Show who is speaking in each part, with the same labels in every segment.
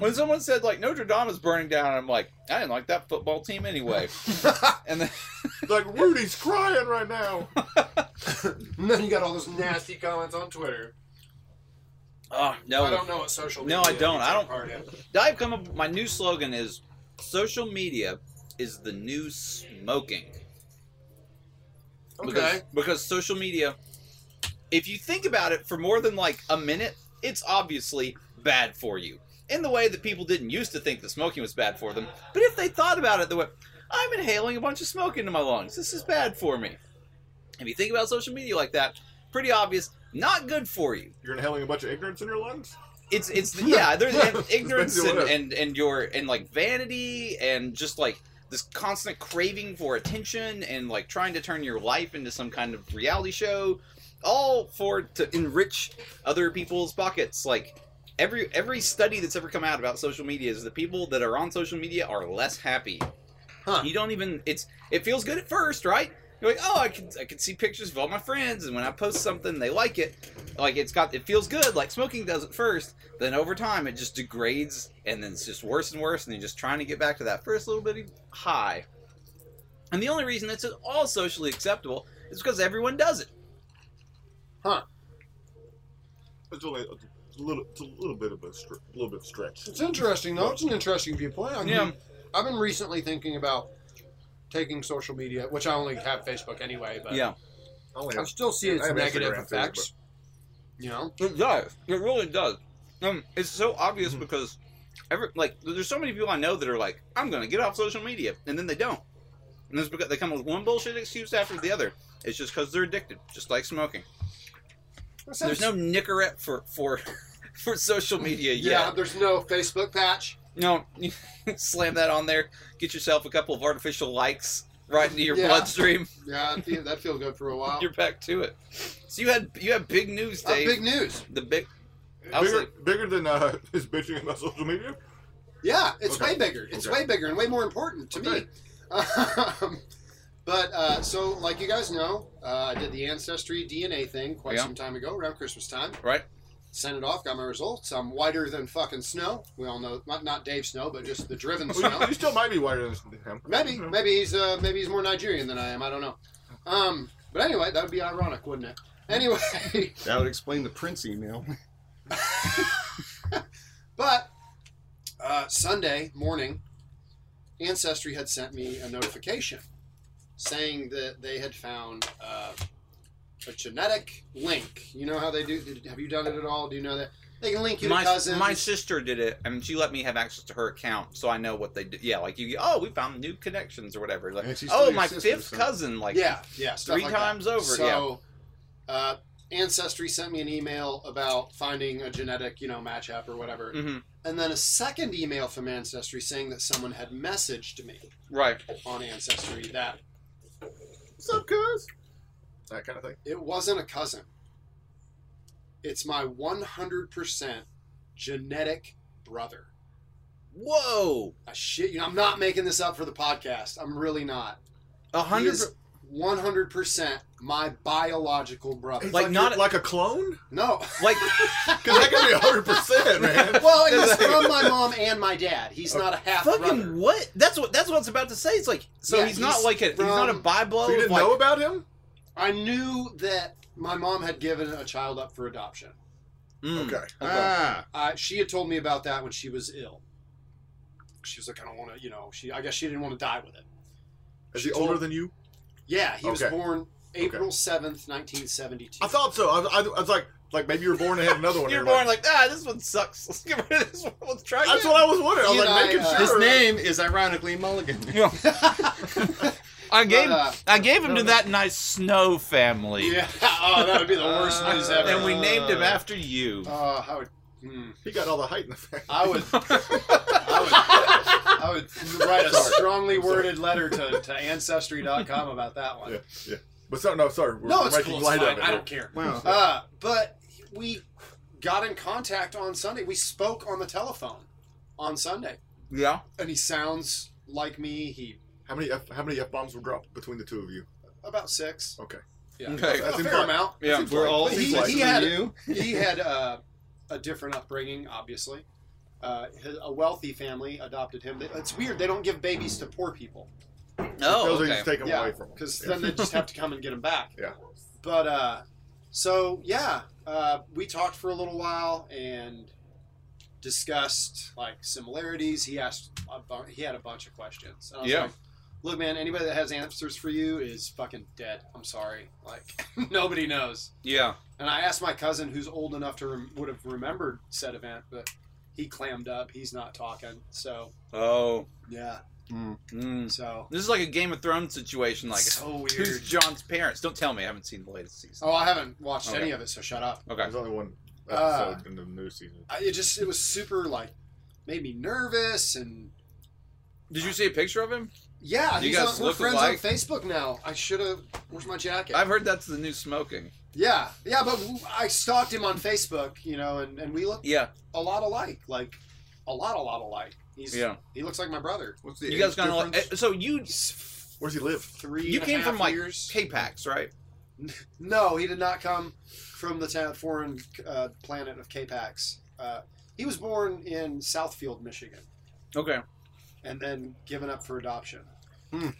Speaker 1: when someone said like Notre Dame is burning down, I'm like, I didn't like that football team anyway. and then
Speaker 2: like Rudy's crying right now.
Speaker 3: And then you got all those nasty comments on Twitter.
Speaker 1: oh no,
Speaker 3: I don't know what social media.
Speaker 1: No, I don't.
Speaker 3: you
Speaker 1: I
Speaker 3: take
Speaker 1: don't-
Speaker 3: part in.
Speaker 1: I've come up. My new slogan is: social media is the new smoking. Because,
Speaker 3: Okay.
Speaker 1: because social media, if you think about it for more than like a minute, it's obviously bad for you. In the way that people didn't used to think that smoking was bad for them, but if they thought about it the way, I'm inhaling a bunch of smoke into my lungs. This is bad for me. If you think about social media like that, pretty obvious, not good for you
Speaker 2: You're inhaling a bunch of ignorance in your lungs.
Speaker 1: it's it's the, yeah there's and ignorance
Speaker 2: basically
Speaker 1: and,
Speaker 2: what it is.
Speaker 1: and and your and like vanity and just like this constant craving for attention and like trying to turn your life into some kind of reality show all for to enrich other people's pockets like every every study that's ever come out about social media is the people that are on social media are less happy
Speaker 3: Huh.
Speaker 1: you don't even it's it feels good at first right you're like oh i can i can see pictures of all my friends and when i post something they like it like it's got it feels good like smoking does at first then over time it just degrades and then it's just worse and worse and you're just trying to get back to that first little bitty high and the only reason it's at all socially acceptable is because everyone does it
Speaker 2: It's only a little, it's a little bit of a str- little bit of stretch.
Speaker 3: It's interesting, though. It's an interesting viewpoint. I mean,
Speaker 1: Yeah.
Speaker 3: I've been recently thinking about taking social media, which I only have Facebook anyway, but
Speaker 1: yeah
Speaker 2: I only
Speaker 3: I
Speaker 2: have
Speaker 3: still see
Speaker 2: Yeah,
Speaker 3: its
Speaker 2: I have
Speaker 3: negative
Speaker 2: Instagram,
Speaker 3: effects. You know?
Speaker 1: It does. It really does. Um, it's so obvious because every like there's so many people I know that are like, I'm gonna get off social media, and then they don't. And it's because they come with one bullshit excuse after the other. It's just because they're addicted, just like smoking. There's no Nicorette for for for social media
Speaker 3: yeah.
Speaker 1: yet.
Speaker 3: there's no Facebook patch.
Speaker 1: No, slam that on there. Get yourself a couple of artificial likes right into your
Speaker 3: Yeah.
Speaker 1: bloodstream.
Speaker 3: Yeah, I think that feel good for a while.
Speaker 1: You're back to it. So you had you had big news,
Speaker 3: Uh,
Speaker 1: Dave.
Speaker 3: big news.
Speaker 1: the big. I was
Speaker 2: bigger, bigger than uh, his bitching about social media.
Speaker 3: Yeah, it's
Speaker 2: Okay.
Speaker 3: way bigger. It's
Speaker 2: Okay.
Speaker 3: way bigger and way more important to
Speaker 2: Okay.
Speaker 3: me. Um, but uh, so, like you guys know, uh, I did the ancestry DNA thing quite
Speaker 1: Yeah.
Speaker 3: some time ago, around Christmas time.
Speaker 1: Right.
Speaker 3: Sent it off, got my results. I'm whiter than fucking snow. We all know, not not Dave Snow, but just the driven
Speaker 2: Well,
Speaker 3: snow.
Speaker 2: you- you still might be whiter than him. Mm-hmm.
Speaker 3: Maybe,
Speaker 4: Mm-hmm.
Speaker 2: You know.
Speaker 3: maybe he's uh, maybe he's more Nigerian than I am. I don't know. Um, but anyway, that would be ironic, wouldn't it? Anyway,
Speaker 4: That would explain the Prince email.
Speaker 3: but uh, Sunday morning, Ancestry had sent me a notification saying that they had found uh, a genetic link. You know how they do? Did, have you done it at all? Do you know that they can link you
Speaker 1: my,
Speaker 3: to cousins?
Speaker 1: my sister did it, and she let me have access to her account, so I know what they do. Yeah, like you. Oh, we found new connections or whatever. Like,
Speaker 4: And she's still
Speaker 1: oh,
Speaker 4: your
Speaker 1: my
Speaker 4: sister,
Speaker 1: fifth
Speaker 4: so-
Speaker 1: cousin. Like,
Speaker 3: yeah, yeah, stuff
Speaker 1: three
Speaker 3: like that.
Speaker 1: times over. yeah,
Speaker 3: So, uh, Ancestry sent me an email about finding a genetic, you know, match up or whatever.
Speaker 1: Mhm.
Speaker 3: And then a second email from Ancestry saying that someone had messaged me
Speaker 1: right.
Speaker 3: on Ancestry that
Speaker 2: What's up, cuz? That kind of thing.
Speaker 3: it wasn't a cousin. It's my 100% genetic brother.
Speaker 1: Whoa,
Speaker 3: I shit you. I'm not making this up for the podcast. I'm really not.
Speaker 1: a
Speaker 3: He
Speaker 1: hundred.
Speaker 3: is 100% my biological brother.
Speaker 2: It's
Speaker 1: Like not-
Speaker 2: you're- like a clone,
Speaker 3: No.
Speaker 1: Like,
Speaker 2: because that could be hundred percent, man.
Speaker 3: Well, it was from my mom and my dad. He's not a half
Speaker 1: fucking
Speaker 3: brother.
Speaker 1: what? That's what. That's what I was about to say. It's like, so
Speaker 3: Yeah,
Speaker 1: he's, not
Speaker 3: he's
Speaker 1: like a. he's not a
Speaker 3: from-
Speaker 1: biblo.
Speaker 2: So you didn't
Speaker 1: like,
Speaker 2: know about him?
Speaker 3: I knew that my mom had given a child up for adoption.
Speaker 1: Mm,
Speaker 2: Okay.
Speaker 4: Ah,
Speaker 3: Uh, she had told me about that when she was ill. She was like, I don't want to, you know. She, I guess she didn't want to die with it.
Speaker 2: Is he older than you?
Speaker 3: Yeah, he was
Speaker 2: Okay.
Speaker 3: born April seventh, nineteen seventy-two.
Speaker 2: I thought so. I, I, I was like, like maybe you were born and had another one.
Speaker 1: You're born like ah, this one sucks. Let's get rid of this one. Let's try
Speaker 2: That's
Speaker 1: again.
Speaker 2: what I was wondering. I was
Speaker 3: You
Speaker 2: like,
Speaker 3: and I,
Speaker 2: making
Speaker 3: uh,
Speaker 4: his
Speaker 2: sure.
Speaker 4: name is ironically Mulligan.
Speaker 1: I
Speaker 3: gave- uh,
Speaker 1: I gave
Speaker 4: him to
Speaker 1: that nice snow family,
Speaker 3: yeah. Oh, that would be the worst
Speaker 2: Uh,
Speaker 3: news ever.
Speaker 1: and we named him after you.
Speaker 3: Uh, I would. Hmm,
Speaker 2: He got all the height in the face.
Speaker 3: I would. I would, I would write a
Speaker 2: Sorry.
Speaker 3: strongly
Speaker 2: I'm sorry.
Speaker 3: worded letter to, to ancestry.com about that one.
Speaker 2: Yeah, yeah. But so, no, sorry. We're
Speaker 3: No, it's
Speaker 2: making
Speaker 3: cool.
Speaker 2: light
Speaker 3: It's
Speaker 2: of
Speaker 3: fine.
Speaker 2: it.
Speaker 3: I don't care.
Speaker 4: Wow.
Speaker 3: Uh, but we got in contact on Sunday. We spoke on the telephone on Sunday,
Speaker 1: Yeah.
Speaker 3: and he sounds like me. He
Speaker 2: How many F, how many F bombs were dropped between the two of you?
Speaker 3: about six.
Speaker 2: Okay.
Speaker 3: Yeah,
Speaker 1: Okay.
Speaker 3: a
Speaker 2: That's
Speaker 3: fair
Speaker 2: implied.
Speaker 3: amount.
Speaker 1: Yeah.
Speaker 2: Seems like-
Speaker 3: But
Speaker 2: seems
Speaker 3: he-
Speaker 2: like-
Speaker 3: he had-
Speaker 4: you.
Speaker 3: He had uh, a different upbringing, obviously. Uh, his, a wealthy family adopted him. They- It's weird. They don't give babies to poor people
Speaker 1: Oh,
Speaker 2: Those are
Speaker 1: okay.
Speaker 2: just taken
Speaker 3: Yeah,
Speaker 2: away from them.
Speaker 3: because then they just have to come and get him back.
Speaker 2: Yeah.
Speaker 3: But uh, so yeah, uh, we talked for a little while and discussed like similarities. He asked, a bu- he had a bunch of questions. And I was
Speaker 1: Yeah.
Speaker 3: like, Look, man, anybody that has answers for you is fucking dead. I'm sorry. Like nobody knows.
Speaker 1: Yeah.
Speaker 3: And I asked my cousin, who's old enough to rem- would have remembered said event, but he clammed up. He's not talking. So
Speaker 1: Oh.
Speaker 3: yeah.
Speaker 1: Mm.
Speaker 3: So
Speaker 1: This is like a Game of Thrones situation. Like,
Speaker 3: so weird.
Speaker 1: who's John's parents? Don't tell me. I haven't seen the latest season.
Speaker 3: Oh, I haven't watched
Speaker 1: Okay.
Speaker 3: any of it, so shut up.
Speaker 1: Okay.
Speaker 2: There's only one
Speaker 3: Uh,
Speaker 2: episode in the new season.
Speaker 3: I, it just it was super like made me nervous and
Speaker 1: Did you see a picture of him?
Speaker 3: yeah.
Speaker 1: You
Speaker 3: he's
Speaker 1: guys
Speaker 3: on, we're
Speaker 1: look
Speaker 3: friends
Speaker 1: alike.
Speaker 3: on Facebook now. I should have. Where's my jacket?
Speaker 1: I've heard that's the new smoking.
Speaker 3: yeah, yeah. But w- I stalked him on Facebook, you know, and and we look
Speaker 1: Yeah.
Speaker 3: a lot alike, like a lot, a lot alike. He's
Speaker 1: Yeah.
Speaker 3: he looks like my brother.
Speaker 4: What's the
Speaker 1: You
Speaker 4: age
Speaker 1: guys gonna like?
Speaker 4: difference?
Speaker 1: eh, So you
Speaker 2: Where's he live?
Speaker 3: Three.
Speaker 1: You
Speaker 3: and a
Speaker 1: came
Speaker 3: half
Speaker 1: from, like,
Speaker 3: years.
Speaker 1: K-Pax, right?
Speaker 3: No, he did not come from the ta- foreign uh, planet of K-Pax. Uh, he was born in Southfield, Michigan,
Speaker 1: Okay.
Speaker 3: and then given up for adoption.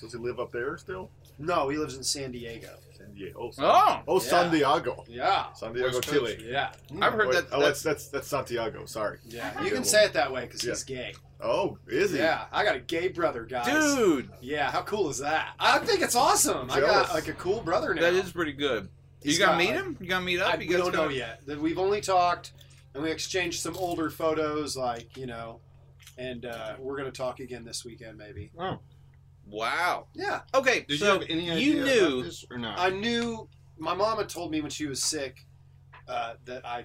Speaker 2: Does he live up there still?
Speaker 3: No, he lives in San Diego.
Speaker 2: San Diego. Oh, San,
Speaker 1: Oh.
Speaker 2: oh, San
Speaker 3: Yeah.
Speaker 2: Diego.
Speaker 3: Yeah.
Speaker 2: San Diego,
Speaker 1: West
Speaker 2: Chile.
Speaker 1: Coast.
Speaker 3: Yeah.
Speaker 1: I've heard
Speaker 2: Wait,
Speaker 1: that.
Speaker 2: Oh,
Speaker 1: that's,
Speaker 2: that's that's that's Santiago. Sorry.
Speaker 3: Yeah. You can say it that way because he's gay.
Speaker 2: Oh, is he?
Speaker 3: Yeah. I got a gay brother, guys.
Speaker 1: dude,
Speaker 3: Yeah. How cool is that? I think it's awesome. I
Speaker 2: Jealous.
Speaker 3: got like a cool brother now.
Speaker 1: that is pretty good.
Speaker 3: He's
Speaker 1: you gonna
Speaker 3: got,
Speaker 1: meet
Speaker 3: like-
Speaker 1: him? You gonna meet up?
Speaker 3: I,
Speaker 1: you
Speaker 3: we
Speaker 1: guys
Speaker 3: don't know
Speaker 1: gonna-
Speaker 3: yet. That We've only talked and we exchanged some older photos, like, you know, and uh, we're going to talk again this weekend, maybe.
Speaker 4: Oh.
Speaker 1: Wow.
Speaker 3: Yeah.
Speaker 1: Okay.
Speaker 4: Did
Speaker 1: so
Speaker 4: you have any idea
Speaker 1: you knew.
Speaker 4: about this or not?
Speaker 3: I knew my mom had told me when she was sick uh, that I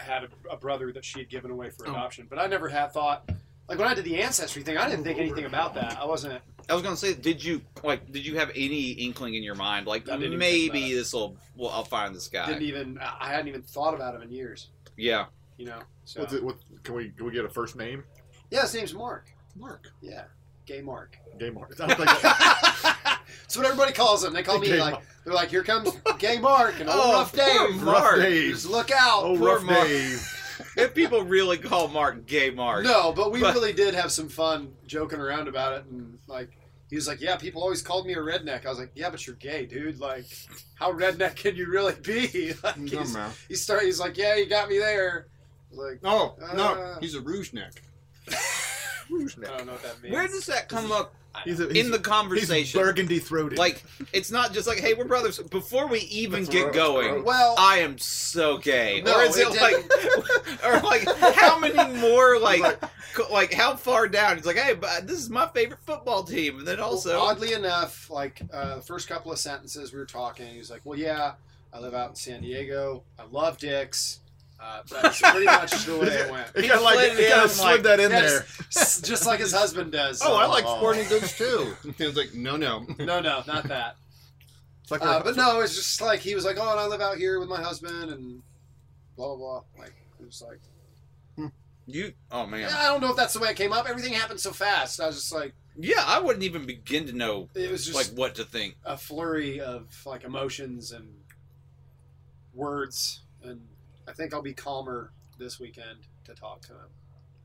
Speaker 3: had a, a brother that she had given away for
Speaker 4: Oh.
Speaker 3: adoption, but I never had thought like when I did the ancestry thing, I didn't think anything about that. I wasn't.
Speaker 1: I was gonna say, did you like? Did you have any inkling in your mind, like
Speaker 3: I didn't even think about
Speaker 1: maybe
Speaker 3: it.
Speaker 1: this will? Well, I'll find this guy.
Speaker 3: Didn't e- even. I hadn't even thought about him in years.
Speaker 1: yeah.
Speaker 3: You know. So
Speaker 2: What's it, what, can we can we get a first name?
Speaker 3: yeah, his name's Mark.
Speaker 2: Mark.
Speaker 3: Yeah, gay Mark.
Speaker 2: Gay Mark. I don't think I-
Speaker 3: That's what everybody calls him. They call me
Speaker 2: Gay
Speaker 3: like
Speaker 2: Mark.
Speaker 3: they're like, here comes gay Mark and
Speaker 1: Oh,
Speaker 3: oh, rough
Speaker 1: poor
Speaker 3: Dave.
Speaker 1: Mark.
Speaker 2: Rough Dave.
Speaker 3: Just look out.
Speaker 2: Oh,
Speaker 1: poor
Speaker 2: rough
Speaker 1: Mark.
Speaker 2: Dave.
Speaker 1: if people really call Mark gay Mark,
Speaker 3: No, but we
Speaker 1: But-
Speaker 3: really did have some fun joking around about it, and like he was like, "Yeah, people always called me a redneck." I was like, "Yeah, but you're gay, dude. Like, how redneck can you really be?" Like,
Speaker 4: No,
Speaker 3: he's,
Speaker 4: man.
Speaker 3: he started. He's like, "Yeah, you got me there." I was
Speaker 4: Oh no,
Speaker 3: Uh,
Speaker 4: he's a rouge neck.
Speaker 2: Who's
Speaker 3: like, I
Speaker 2: next?
Speaker 3: don't know what that means.
Speaker 1: where does that come up
Speaker 2: He's a, he's,
Speaker 1: in the
Speaker 2: he's
Speaker 1: conversation?
Speaker 2: burgundy throated.
Speaker 1: Like, it's not just like, hey, we're brothers. Before we even
Speaker 2: That's
Speaker 1: get
Speaker 2: gross,
Speaker 1: going,
Speaker 2: gross.
Speaker 3: well,
Speaker 1: I am so gay.
Speaker 3: No,
Speaker 1: or is it,
Speaker 3: it
Speaker 1: like, or like, how many more like,
Speaker 2: Like-
Speaker 1: co- like how far down? He's like, hey, but this is my favorite football team, and then also,
Speaker 3: oddly enough, like uh, the first couple of sentences we were talking, he was like, "Well, yeah, I live out in San Diego. I love dicks." Uh, that's pretty much the way it went.
Speaker 2: it
Speaker 1: he
Speaker 2: kind of like
Speaker 1: slid
Speaker 2: it
Speaker 1: it
Speaker 2: kind
Speaker 1: in,
Speaker 2: of slid
Speaker 1: like,
Speaker 2: that in
Speaker 3: yes.
Speaker 2: there.
Speaker 3: S- Just like his husband does.
Speaker 4: Oh, I like
Speaker 2: Oh.
Speaker 4: sporting goods too. he was like, no, no.
Speaker 3: No, no, not that.
Speaker 2: It's like
Speaker 3: Uh,
Speaker 2: a-
Speaker 3: but no, it's just like he was like, "Oh, and I live out here with my husband," and blah blah blah. Like it was like,
Speaker 1: you. Oh man,
Speaker 3: yeah,
Speaker 1: yeah.
Speaker 3: I don't know if that's the way it came up. Everything happened so fast. I was just like,
Speaker 1: I wouldn't even begin to know
Speaker 3: it was just
Speaker 1: like what to think.
Speaker 3: a flurry of like emotions and words, and I think I'll be calmer this weekend to talk to him.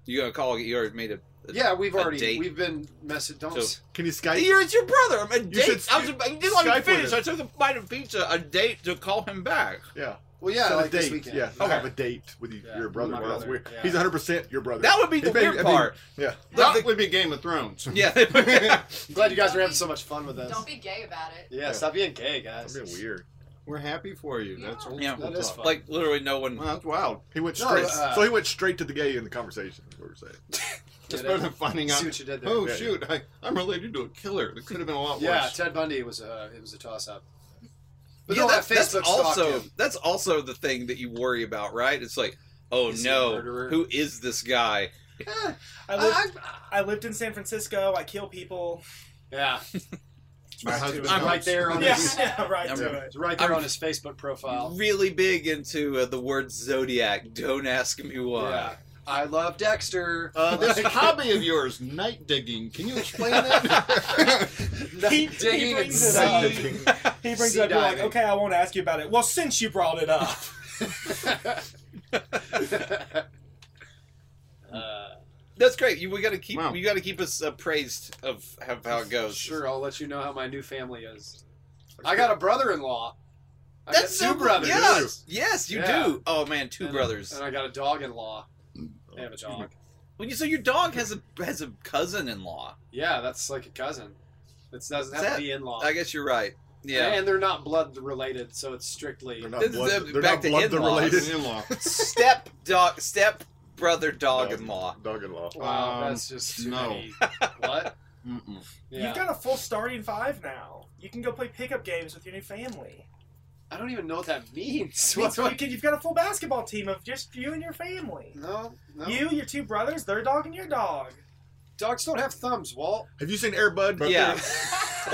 Speaker 1: You gotta call. You already made a. a-
Speaker 3: Yeah, we've
Speaker 1: a
Speaker 3: already
Speaker 1: date.
Speaker 3: we've been messaged. Don't
Speaker 1: So-
Speaker 3: s-
Speaker 2: can you Skype?
Speaker 1: You're, it's your brother. I'm a date.
Speaker 2: should
Speaker 1: I was.
Speaker 2: Skype-
Speaker 1: I didn't even
Speaker 2: Skype with
Speaker 1: finish.
Speaker 2: him.
Speaker 1: I took a bite of pizza. A date to call him back.
Speaker 2: Yeah.
Speaker 3: well, yeah,
Speaker 2: Set
Speaker 3: like
Speaker 2: a
Speaker 3: this
Speaker 2: date.
Speaker 3: weekend.
Speaker 2: Yeah.
Speaker 1: Okay.
Speaker 2: Have a date with you-
Speaker 3: Yeah,
Speaker 2: your brother.
Speaker 3: my
Speaker 2: Well, that's
Speaker 3: brother.
Speaker 2: weird.
Speaker 3: Yeah.
Speaker 2: He's 100 percent your brother.
Speaker 1: That would be
Speaker 2: It
Speaker 1: the
Speaker 2: may-
Speaker 1: weird
Speaker 2: I mean-
Speaker 1: part.
Speaker 2: yeah.
Speaker 4: That would be Game of Thrones.
Speaker 1: yeah.
Speaker 3: I'm glad you guys are having so much fun with us.
Speaker 5: Don't be gay about it.
Speaker 3: yeah, stop being gay, guys.
Speaker 2: That's a bit weird.
Speaker 4: We're happy for you. That's old
Speaker 1: Yeah.
Speaker 4: school
Speaker 3: That is
Speaker 4: talk.
Speaker 3: fun.
Speaker 1: like literally, no one.
Speaker 4: Well, that's wild.
Speaker 2: He went
Speaker 3: No,
Speaker 2: straight.
Speaker 3: uh,
Speaker 2: so he went straight to the gay in the conversation. Is what we're saying.
Speaker 4: Just
Speaker 3: Get it?
Speaker 4: better than finding out.
Speaker 3: See what you did there.
Speaker 4: Oh
Speaker 2: Yeah.
Speaker 4: shoot, I, I'm related to a killer. That could have been a lot
Speaker 3: Yeah,
Speaker 4: worse.
Speaker 3: Ted Bundy was a it was a toss up. But
Speaker 1: yeah,
Speaker 3: no,
Speaker 1: that's,
Speaker 3: that
Speaker 1: that's
Speaker 3: Facebook stalked
Speaker 1: also
Speaker 3: him.
Speaker 1: that's also the thing that you worry about, right? It's like, oh
Speaker 3: Is he a
Speaker 1: no,
Speaker 3: murderer?
Speaker 1: who is this guy?
Speaker 3: Eh,
Speaker 6: I lived,
Speaker 3: I-
Speaker 6: I lived in San Francisco. I kill people.
Speaker 3: yeah,
Speaker 4: My husband.
Speaker 3: I'm right
Speaker 4: helps.
Speaker 3: there on
Speaker 6: Yeah,
Speaker 3: his
Speaker 6: yeah, right.
Speaker 1: I'm-
Speaker 6: to it.
Speaker 3: it's right there
Speaker 1: I'm-
Speaker 3: on his Facebook profile.
Speaker 1: Really big into uh, the word zodiac. Don't ask me why.
Speaker 3: Yeah, I love Dexter.
Speaker 4: Uh, this
Speaker 3: Like,
Speaker 4: hobby of yours, night digging. Can you explain that?
Speaker 3: not
Speaker 6: He- he
Speaker 3: digging and
Speaker 6: brings it
Speaker 3: sucking.
Speaker 6: up. He brings
Speaker 3: Sea
Speaker 6: it up. You're like,
Speaker 3: diving.
Speaker 6: okay, I won't ask you about it. Well, since you brought it up,
Speaker 3: uh,
Speaker 1: That's great. You, we got to keep
Speaker 4: Wow.
Speaker 1: you got to keep us appraised of how, how it goes.
Speaker 3: Sure, I'll let you know how my new family is. I got a brother-in-law. I
Speaker 1: That's
Speaker 3: got
Speaker 1: so-
Speaker 3: two brothers.
Speaker 1: Yeah. Yes, you
Speaker 3: Yeah.
Speaker 1: do. Oh man, two
Speaker 3: And- uh,
Speaker 1: brothers.
Speaker 3: And I got a dog-in-law. I have a
Speaker 2: Excuse me.
Speaker 3: dog.
Speaker 1: Well, you, so your dog has a has a cousin-in-law.
Speaker 3: Yeah, that's like a cousin. It doesn't
Speaker 1: Is
Speaker 3: have
Speaker 1: that-
Speaker 3: to be in-law.
Speaker 1: I guess you're right. Yeah.
Speaker 3: And they're not blood related, so it's strictly.
Speaker 2: They're not
Speaker 1: This is,
Speaker 2: blood,
Speaker 1: uh,
Speaker 2: they're
Speaker 1: back
Speaker 2: not
Speaker 1: to
Speaker 2: blood
Speaker 1: in-laws.
Speaker 2: related.
Speaker 4: In-law.
Speaker 1: step dog, step brother, dog-in-law.
Speaker 2: Dog in law.
Speaker 3: Wow,
Speaker 4: Um,
Speaker 3: that's just too
Speaker 4: no.
Speaker 3: many. What?
Speaker 4: Mm-mm.
Speaker 3: Yeah.
Speaker 6: You've got a full starting five now. You can go play pickup games with your new family.
Speaker 3: I don't even know what that means. What?
Speaker 6: Means you
Speaker 3: what?
Speaker 6: can, you've got a full basketball team of just you and your family.
Speaker 3: No, no.
Speaker 6: You, your two brothers, their dog, and your dog.
Speaker 3: dogs don't have thumbs, Walt.
Speaker 2: Have you seen Air Bud?
Speaker 1: Yeah.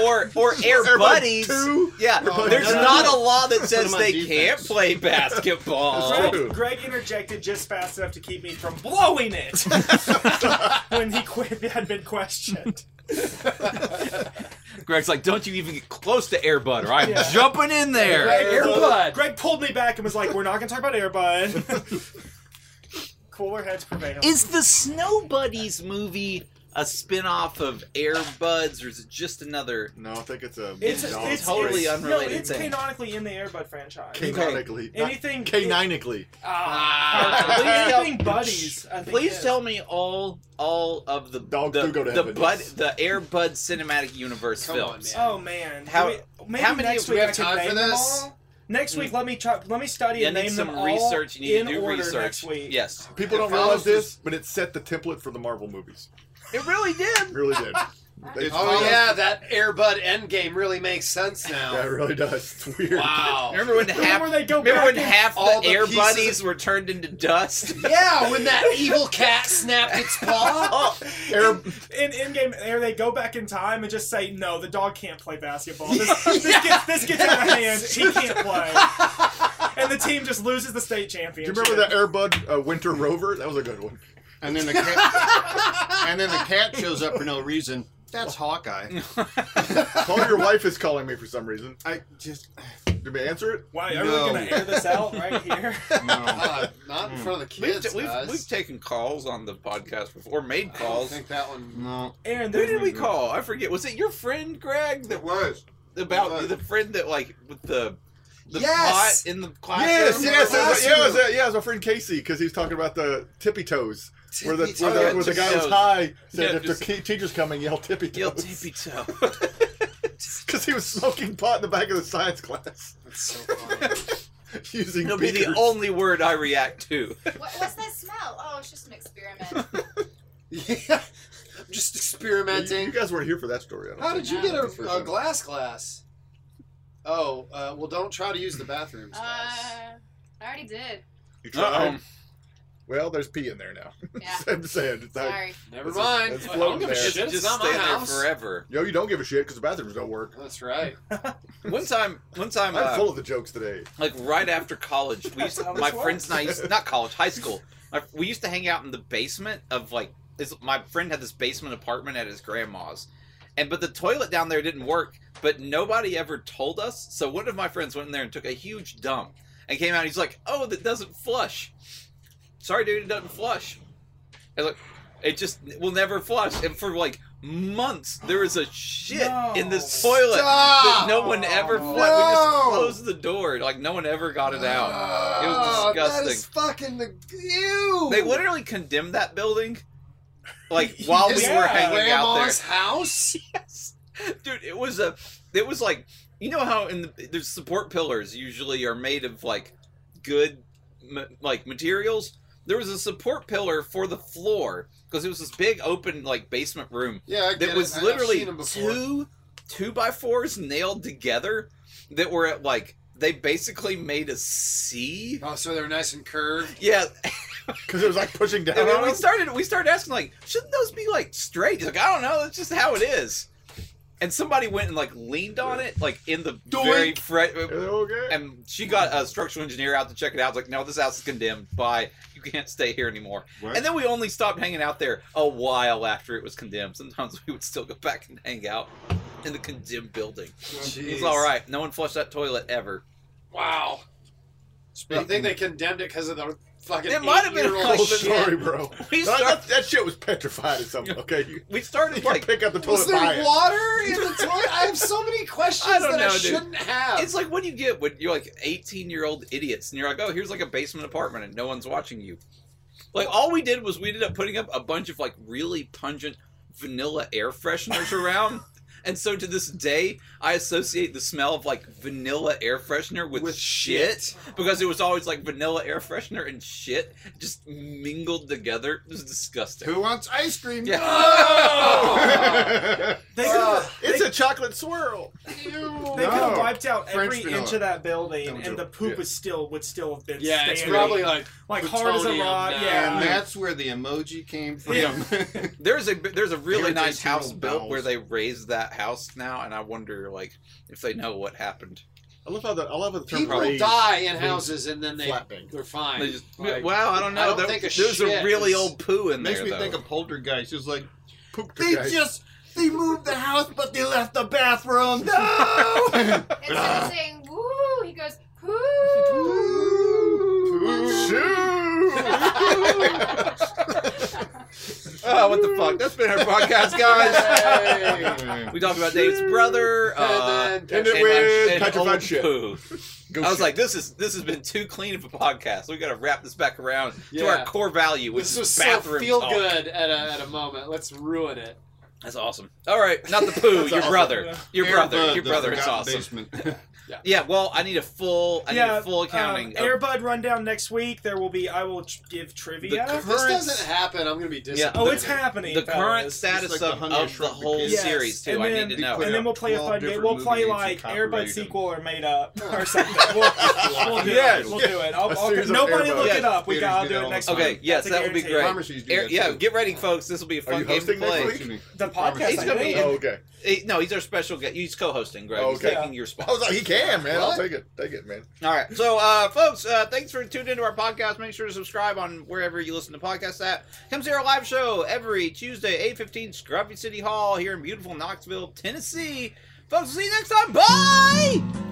Speaker 1: Or or Air
Speaker 2: Air Bud
Speaker 1: Buddies.
Speaker 2: Two?
Speaker 1: Yeah.
Speaker 3: Oh,
Speaker 1: There's
Speaker 3: no.
Speaker 1: not a law that
Speaker 4: Put
Speaker 1: says
Speaker 4: them on
Speaker 1: they
Speaker 4: defense.
Speaker 1: can't play basketball.
Speaker 3: Oh.
Speaker 2: That's
Speaker 6: Greg,
Speaker 2: true.
Speaker 6: Greg interjected just fast enough to keep me from blowing it when he qu- had been questioned.
Speaker 1: Greg's like, don't you even get close to Air Bud, or I'm
Speaker 6: Yeah.
Speaker 1: jumping in there.
Speaker 6: Greg,
Speaker 3: Air
Speaker 6: pulled-
Speaker 3: Bud.
Speaker 6: Greg pulled me back and was like, "We're not going to talk about Airbud." Cooler heads prevail.
Speaker 1: Is the Snow Buddies movie a spin-off of Air Buds, or is it just another?
Speaker 4: No, I think it's a.
Speaker 6: it's,
Speaker 4: dog.
Speaker 6: it's
Speaker 1: Totally
Speaker 6: it's,
Speaker 1: unrelated
Speaker 6: No, it's
Speaker 1: thing.
Speaker 6: canonically in the Airbud franchise.
Speaker 1: Can-
Speaker 4: canonically. Not-
Speaker 6: anything
Speaker 4: Caninically.
Speaker 6: Ah,
Speaker 1: Please tell-
Speaker 6: anything buddies. I think
Speaker 1: Please
Speaker 6: is.
Speaker 1: tell me all all of the
Speaker 4: Dogs
Speaker 1: the,
Speaker 4: do go to
Speaker 1: the
Speaker 4: heaven.
Speaker 1: Bud the Air Bud cinematic universe
Speaker 3: Come on,
Speaker 1: films.
Speaker 3: man.
Speaker 6: Oh man,
Speaker 1: How-
Speaker 6: how, maybe
Speaker 1: how many
Speaker 6: next
Speaker 1: do we
Speaker 6: week
Speaker 3: have
Speaker 6: I can
Speaker 3: time
Speaker 6: name
Speaker 3: for
Speaker 6: them
Speaker 3: this?
Speaker 6: all.
Speaker 1: Hmm.
Speaker 6: Next week, let me try, let me study
Speaker 1: You
Speaker 6: and
Speaker 1: need
Speaker 6: name
Speaker 1: some
Speaker 6: them all
Speaker 1: research. You need
Speaker 6: in
Speaker 1: to do
Speaker 6: order
Speaker 1: research.
Speaker 6: next week.
Speaker 1: Yes,
Speaker 4: People don't
Speaker 3: If I was
Speaker 4: realize
Speaker 3: to-
Speaker 4: this, but it set the template for the Marvel movies.
Speaker 1: it really
Speaker 4: It
Speaker 1: did.
Speaker 4: really did. It's
Speaker 3: Oh yeah, that Airbud Endgame really makes sense
Speaker 4: Yeah, it
Speaker 3: now.
Speaker 4: really does. It's weird.
Speaker 3: Wow.
Speaker 1: Remember when
Speaker 6: Remember
Speaker 1: half
Speaker 6: when they go
Speaker 1: remember
Speaker 6: back
Speaker 1: when
Speaker 6: and-
Speaker 1: half
Speaker 3: all
Speaker 1: the,
Speaker 3: the
Speaker 1: Air
Speaker 3: pieces of-
Speaker 1: Buddies were turned into dust?
Speaker 3: Yeah, when that evil cat snapped its paw.
Speaker 1: oh,
Speaker 4: Air,
Speaker 6: in in game air they go back in time and just say no the dog can't play basketball this, this gets this gets out of hand he can't play and the team just loses the state
Speaker 4: do you
Speaker 6: championship
Speaker 4: remember that Air Bud uh, Winter Rover? That was a good one.
Speaker 5: And then the cat, and then the cat shows up for no reason. That's Hawkeye.
Speaker 4: Call your wife is calling me for some reason.
Speaker 5: I just
Speaker 4: Did we answer it?
Speaker 6: wow are we gonna
Speaker 5: No.
Speaker 6: air this out right here
Speaker 5: no.
Speaker 3: God, Uh, not
Speaker 4: Hmm.
Speaker 3: in front of the
Speaker 1: we've,
Speaker 3: kids,
Speaker 1: t- we've,
Speaker 3: guys.
Speaker 1: we've taken calls on the podcast before, made
Speaker 3: I don't
Speaker 1: calls.
Speaker 3: think that one.
Speaker 5: no.
Speaker 6: aaron
Speaker 1: Who
Speaker 6: there's
Speaker 1: did we call? I forget. Was it your friend Greg that
Speaker 2: was.
Speaker 1: about
Speaker 3: Uh,
Speaker 2: What?
Speaker 1: the friend that like with the the
Speaker 3: Yes!
Speaker 1: pot in the classroom?
Speaker 4: Yes, yes, it was, yeah, it was,
Speaker 1: Classroom.
Speaker 4: uh, yeah, it was my friend Casey because he's talking about the tippy toes, where the where
Speaker 1: Oh,
Speaker 4: the,
Speaker 1: yeah,
Speaker 4: where the guy was
Speaker 1: tippy-toes.
Speaker 4: high
Speaker 1: Yeah,
Speaker 4: said if
Speaker 1: just-
Speaker 4: the key, teacher's coming, yell tippy
Speaker 1: Yo,
Speaker 4: toes
Speaker 1: tippy toe.
Speaker 4: because he was smoking pot in the back of the science class
Speaker 3: That's so funny.
Speaker 4: using
Speaker 1: It'll be the
Speaker 4: beakers.
Speaker 1: only word I react to.
Speaker 7: What, what's that smell? Oh, it's just an experiment.
Speaker 3: yeah, I'm just
Speaker 4: You,
Speaker 3: experimenting.
Speaker 4: you guys weren't here for that story. I don't
Speaker 3: How
Speaker 4: think.
Speaker 3: did you get
Speaker 4: That's the first
Speaker 3: a, a
Speaker 4: time.
Speaker 3: glass glass? Oh, uh, well, don't try to use the bathrooms,
Speaker 7: Uh,
Speaker 3: guys.
Speaker 7: I already did.
Speaker 4: You tried?
Speaker 1: Uh-oh.
Speaker 4: Well, there's pee in there now.
Speaker 7: Yeah.
Speaker 4: I'm saying it's not-
Speaker 7: Sorry.
Speaker 3: Never
Speaker 4: it's-
Speaker 3: mind.
Speaker 4: it's
Speaker 3: I
Speaker 4: floating
Speaker 3: don't give a
Speaker 4: there.
Speaker 1: It's
Speaker 3: shit. It's
Speaker 1: just
Speaker 3: not my
Speaker 1: stay there
Speaker 3: house.
Speaker 1: forever.
Speaker 4: Yo, you don't give a shit because the bathrooms don't work.
Speaker 3: That's right.
Speaker 1: One time, one time,
Speaker 4: I'm
Speaker 1: uh,
Speaker 4: full of the jokes today.
Speaker 1: like right after college, we used to,
Speaker 6: That's how
Speaker 1: my
Speaker 6: this works.
Speaker 1: friends and I used not college, high school. My, we used to hang out in the basement of like his, my friend had this basement apartment at his grandma's, and but the toilet down there didn't work. But nobody ever told us, so one of my friends went in there and took a huge dump and came out. And he's like, "Oh, that doesn't flush." Sorry, dude, it doesn't flush. And like, it just will never flush. And for like months, there was a shit in this
Speaker 6: No.
Speaker 1: toilet that
Speaker 3: Stop!
Speaker 1: no one ever
Speaker 6: No.
Speaker 1: flushed. We just closed the door. Like no one ever got it out. It was disgusting.
Speaker 3: Oh, That is fucking the ew.
Speaker 1: They literally condemned that building. Like while we
Speaker 6: Yeah.
Speaker 1: were hanging out
Speaker 3: grandma's
Speaker 1: there,
Speaker 3: house.
Speaker 1: dude, it was a, it was like, you know how in the there's support pillars usually are made of like good ma- like materials. There was a support pillar for the floor because it was this big open like basement room
Speaker 3: Yeah, I get
Speaker 1: that
Speaker 3: it.
Speaker 1: was
Speaker 3: I- I've
Speaker 1: literally
Speaker 3: seen 'em before.
Speaker 1: two two by fours nailed together that were at like they basically made a C.
Speaker 3: Oh, so they're nice and curved.
Speaker 1: Yeah,
Speaker 4: Because it was like pushing down.
Speaker 1: and
Speaker 4: on
Speaker 1: when we
Speaker 3: Uh-huh.
Speaker 4: them.
Speaker 1: started we started asking like, shouldn't those be like straight? He's like, I don't know, that's just how it is. And somebody went and like leaned on it, like in the very
Speaker 4: Is
Speaker 1: fre-
Speaker 4: it okay?
Speaker 1: and she got a structural engineer out to check it out. It's like, no, this house is condemned. Bye. You can't stay here anymore.
Speaker 5: What?
Speaker 1: And then we only stopped hanging out there a while after it was condemned. Sometimes we would still go back and hang out in the condemned building. It was
Speaker 3: Oh, Jeez.
Speaker 1: all right. No one flushed that toilet ever.
Speaker 3: Wow. I think they condemned it because of the fucking
Speaker 1: It might have been
Speaker 3: eight-year-old
Speaker 1: like
Speaker 2: Oh,
Speaker 1: shit.
Speaker 2: sorry, bro.
Speaker 1: We
Speaker 2: No,
Speaker 1: start-
Speaker 2: that, that shit was petrified or something. Okay, you,
Speaker 1: We
Speaker 2: you
Speaker 1: started
Speaker 2: can
Speaker 1: like
Speaker 2: pick up the
Speaker 3: Was
Speaker 2: toilet by
Speaker 3: there
Speaker 2: it.
Speaker 3: water in the toilet? I have so many questions
Speaker 1: I don't
Speaker 3: that I
Speaker 1: know, dude.
Speaker 3: shouldn't have.
Speaker 1: it's like what do you get when you're like 18 year old idiots and you're like, oh, here's like a basement apartment and no one's watching you. Like all we did was we ended up putting up a bunch of like really pungent vanilla air fresheners around. And so to this day, I associate the smell of like vanilla air freshener with,
Speaker 3: With
Speaker 1: shit, because it was always like vanilla air freshener and shit just mingled together. It was disgusting.
Speaker 5: Who wants ice cream?
Speaker 1: Yeah.
Speaker 6: They could
Speaker 3: Uh,
Speaker 6: have
Speaker 2: It's a chocolate swirl.
Speaker 6: they could
Speaker 5: No.
Speaker 6: have wiped out
Speaker 5: French
Speaker 6: every
Speaker 5: vanilla.
Speaker 6: inch of that building,
Speaker 5: Don't do
Speaker 6: and the
Speaker 5: it.
Speaker 6: poop
Speaker 5: Yeah.
Speaker 6: is still would still have been
Speaker 3: yeah, it's
Speaker 6: standing,
Speaker 3: probably like
Speaker 6: like hard as a
Speaker 3: plutonium
Speaker 6: rock.
Speaker 3: now.
Speaker 6: Yeah,
Speaker 5: And that's where the emoji came from.
Speaker 1: There's a there's a really
Speaker 5: Irritational
Speaker 1: nice house built
Speaker 5: bowels.
Speaker 1: where they raised that house now, and I wonder like if they know what happened.
Speaker 2: I love how that. I love how the term
Speaker 3: people
Speaker 2: raised-
Speaker 3: die in houses and then they
Speaker 2: Flat bank.
Speaker 3: they're fine.
Speaker 1: They just,
Speaker 3: Like,
Speaker 1: well, I don't know.
Speaker 3: I don't
Speaker 1: there,
Speaker 3: think a
Speaker 1: there's
Speaker 3: shit
Speaker 1: a really
Speaker 3: is-
Speaker 1: old poo in
Speaker 5: Makes
Speaker 1: there.
Speaker 5: me
Speaker 1: though.
Speaker 5: think of Poltergeist. It was like,
Speaker 2: Poop
Speaker 5: they
Speaker 2: guy.
Speaker 5: just, they moved the house, but they left the bathroom.
Speaker 1: Oh,
Speaker 5: No!
Speaker 7: Instead of saying woo, he goes poo.
Speaker 1: oh, what the fuck? That's been our podcast, guys.
Speaker 5: Hey.
Speaker 1: we talked about Dave's brother. Uh,
Speaker 3: and
Speaker 2: and
Speaker 3: then
Speaker 2: it with
Speaker 1: and
Speaker 2: petrified
Speaker 1: old
Speaker 2: shit.
Speaker 1: poo.
Speaker 2: Go
Speaker 1: I was
Speaker 2: shit.
Speaker 1: like, this is this has been too clean of a podcast. We got to wrap this back around to
Speaker 3: Yeah.
Speaker 1: our core value, which
Speaker 3: this
Speaker 1: is
Speaker 3: was so
Speaker 1: bathroom
Speaker 3: feel
Speaker 1: talk.
Speaker 3: good at a, at a moment. Let's ruin it.
Speaker 1: That's awesome. All right, not the poo,
Speaker 2: That's
Speaker 1: your
Speaker 2: awesome.
Speaker 1: brother, your
Speaker 5: Air
Speaker 1: brother,
Speaker 5: Bud,
Speaker 1: your
Speaker 5: the
Speaker 1: brother is
Speaker 5: forgotten
Speaker 1: awesome.
Speaker 5: Basement.
Speaker 1: Yeah, well, I need a full, I need
Speaker 6: Yeah,
Speaker 1: a full accounting.
Speaker 6: Um,
Speaker 1: of-
Speaker 6: Airbud rundown next week. There will be. I will tr- give trivia.
Speaker 1: The
Speaker 3: If this
Speaker 1: Current-
Speaker 3: doesn't happen, I'm gonna be
Speaker 1: Yeah.
Speaker 3: disappointed.
Speaker 6: oh, it's happening.
Speaker 1: the current
Speaker 6: fellas.
Speaker 1: status
Speaker 5: like the
Speaker 1: of,
Speaker 5: Honey I
Speaker 1: of the
Speaker 5: Shrunk the
Speaker 1: whole
Speaker 5: Kids.
Speaker 6: Yes,
Speaker 1: series too.
Speaker 6: and
Speaker 1: I
Speaker 6: then-
Speaker 1: need to know.
Speaker 6: and then we'll play a
Speaker 5: Twelve
Speaker 6: fun game.
Speaker 5: different
Speaker 6: We'll play
Speaker 5: movies and
Speaker 6: like
Speaker 5: copyrighted
Speaker 6: Airbud
Speaker 5: them.
Speaker 6: sequel or made up or something. We'll, we'll do it. We'll do it. I'll,
Speaker 2: A
Speaker 6: I'll,
Speaker 2: series of
Speaker 6: nobody
Speaker 2: Airbud.
Speaker 6: look
Speaker 1: Yes,
Speaker 6: it up. We
Speaker 5: theaters
Speaker 6: gotta
Speaker 5: do that
Speaker 6: do
Speaker 5: all
Speaker 6: it next
Speaker 5: the
Speaker 6: week.
Speaker 1: time. Okay, yes,
Speaker 6: That's a
Speaker 1: that would be
Speaker 6: guarantee.
Speaker 1: great. Air, yeah, get ready, folks. This will be a
Speaker 2: Are
Speaker 1: fun
Speaker 2: you
Speaker 1: game to
Speaker 2: hosting next
Speaker 1: play.
Speaker 2: week?
Speaker 6: The podcast.
Speaker 1: He's
Speaker 6: I
Speaker 1: gonna be
Speaker 6: think.
Speaker 1: in-
Speaker 2: Oh, okay.
Speaker 1: Eh, no, he's our special guest. He's co-hosting, Greg. He's
Speaker 2: Oh, Okay.
Speaker 1: taking your
Speaker 2: I
Speaker 1: spot.
Speaker 2: was like, he can, man. I'll
Speaker 3: What?
Speaker 2: take it. Take it, man.
Speaker 1: All right. So, uh, folks, uh, thanks for tuning into our podcast. Make sure to subscribe on wherever you listen to podcasts at. Come see our live show every Tuesday, 8.15, Scruffy City Hall here in beautiful Knoxville, Tennessee. Folks, see you next time. Bye!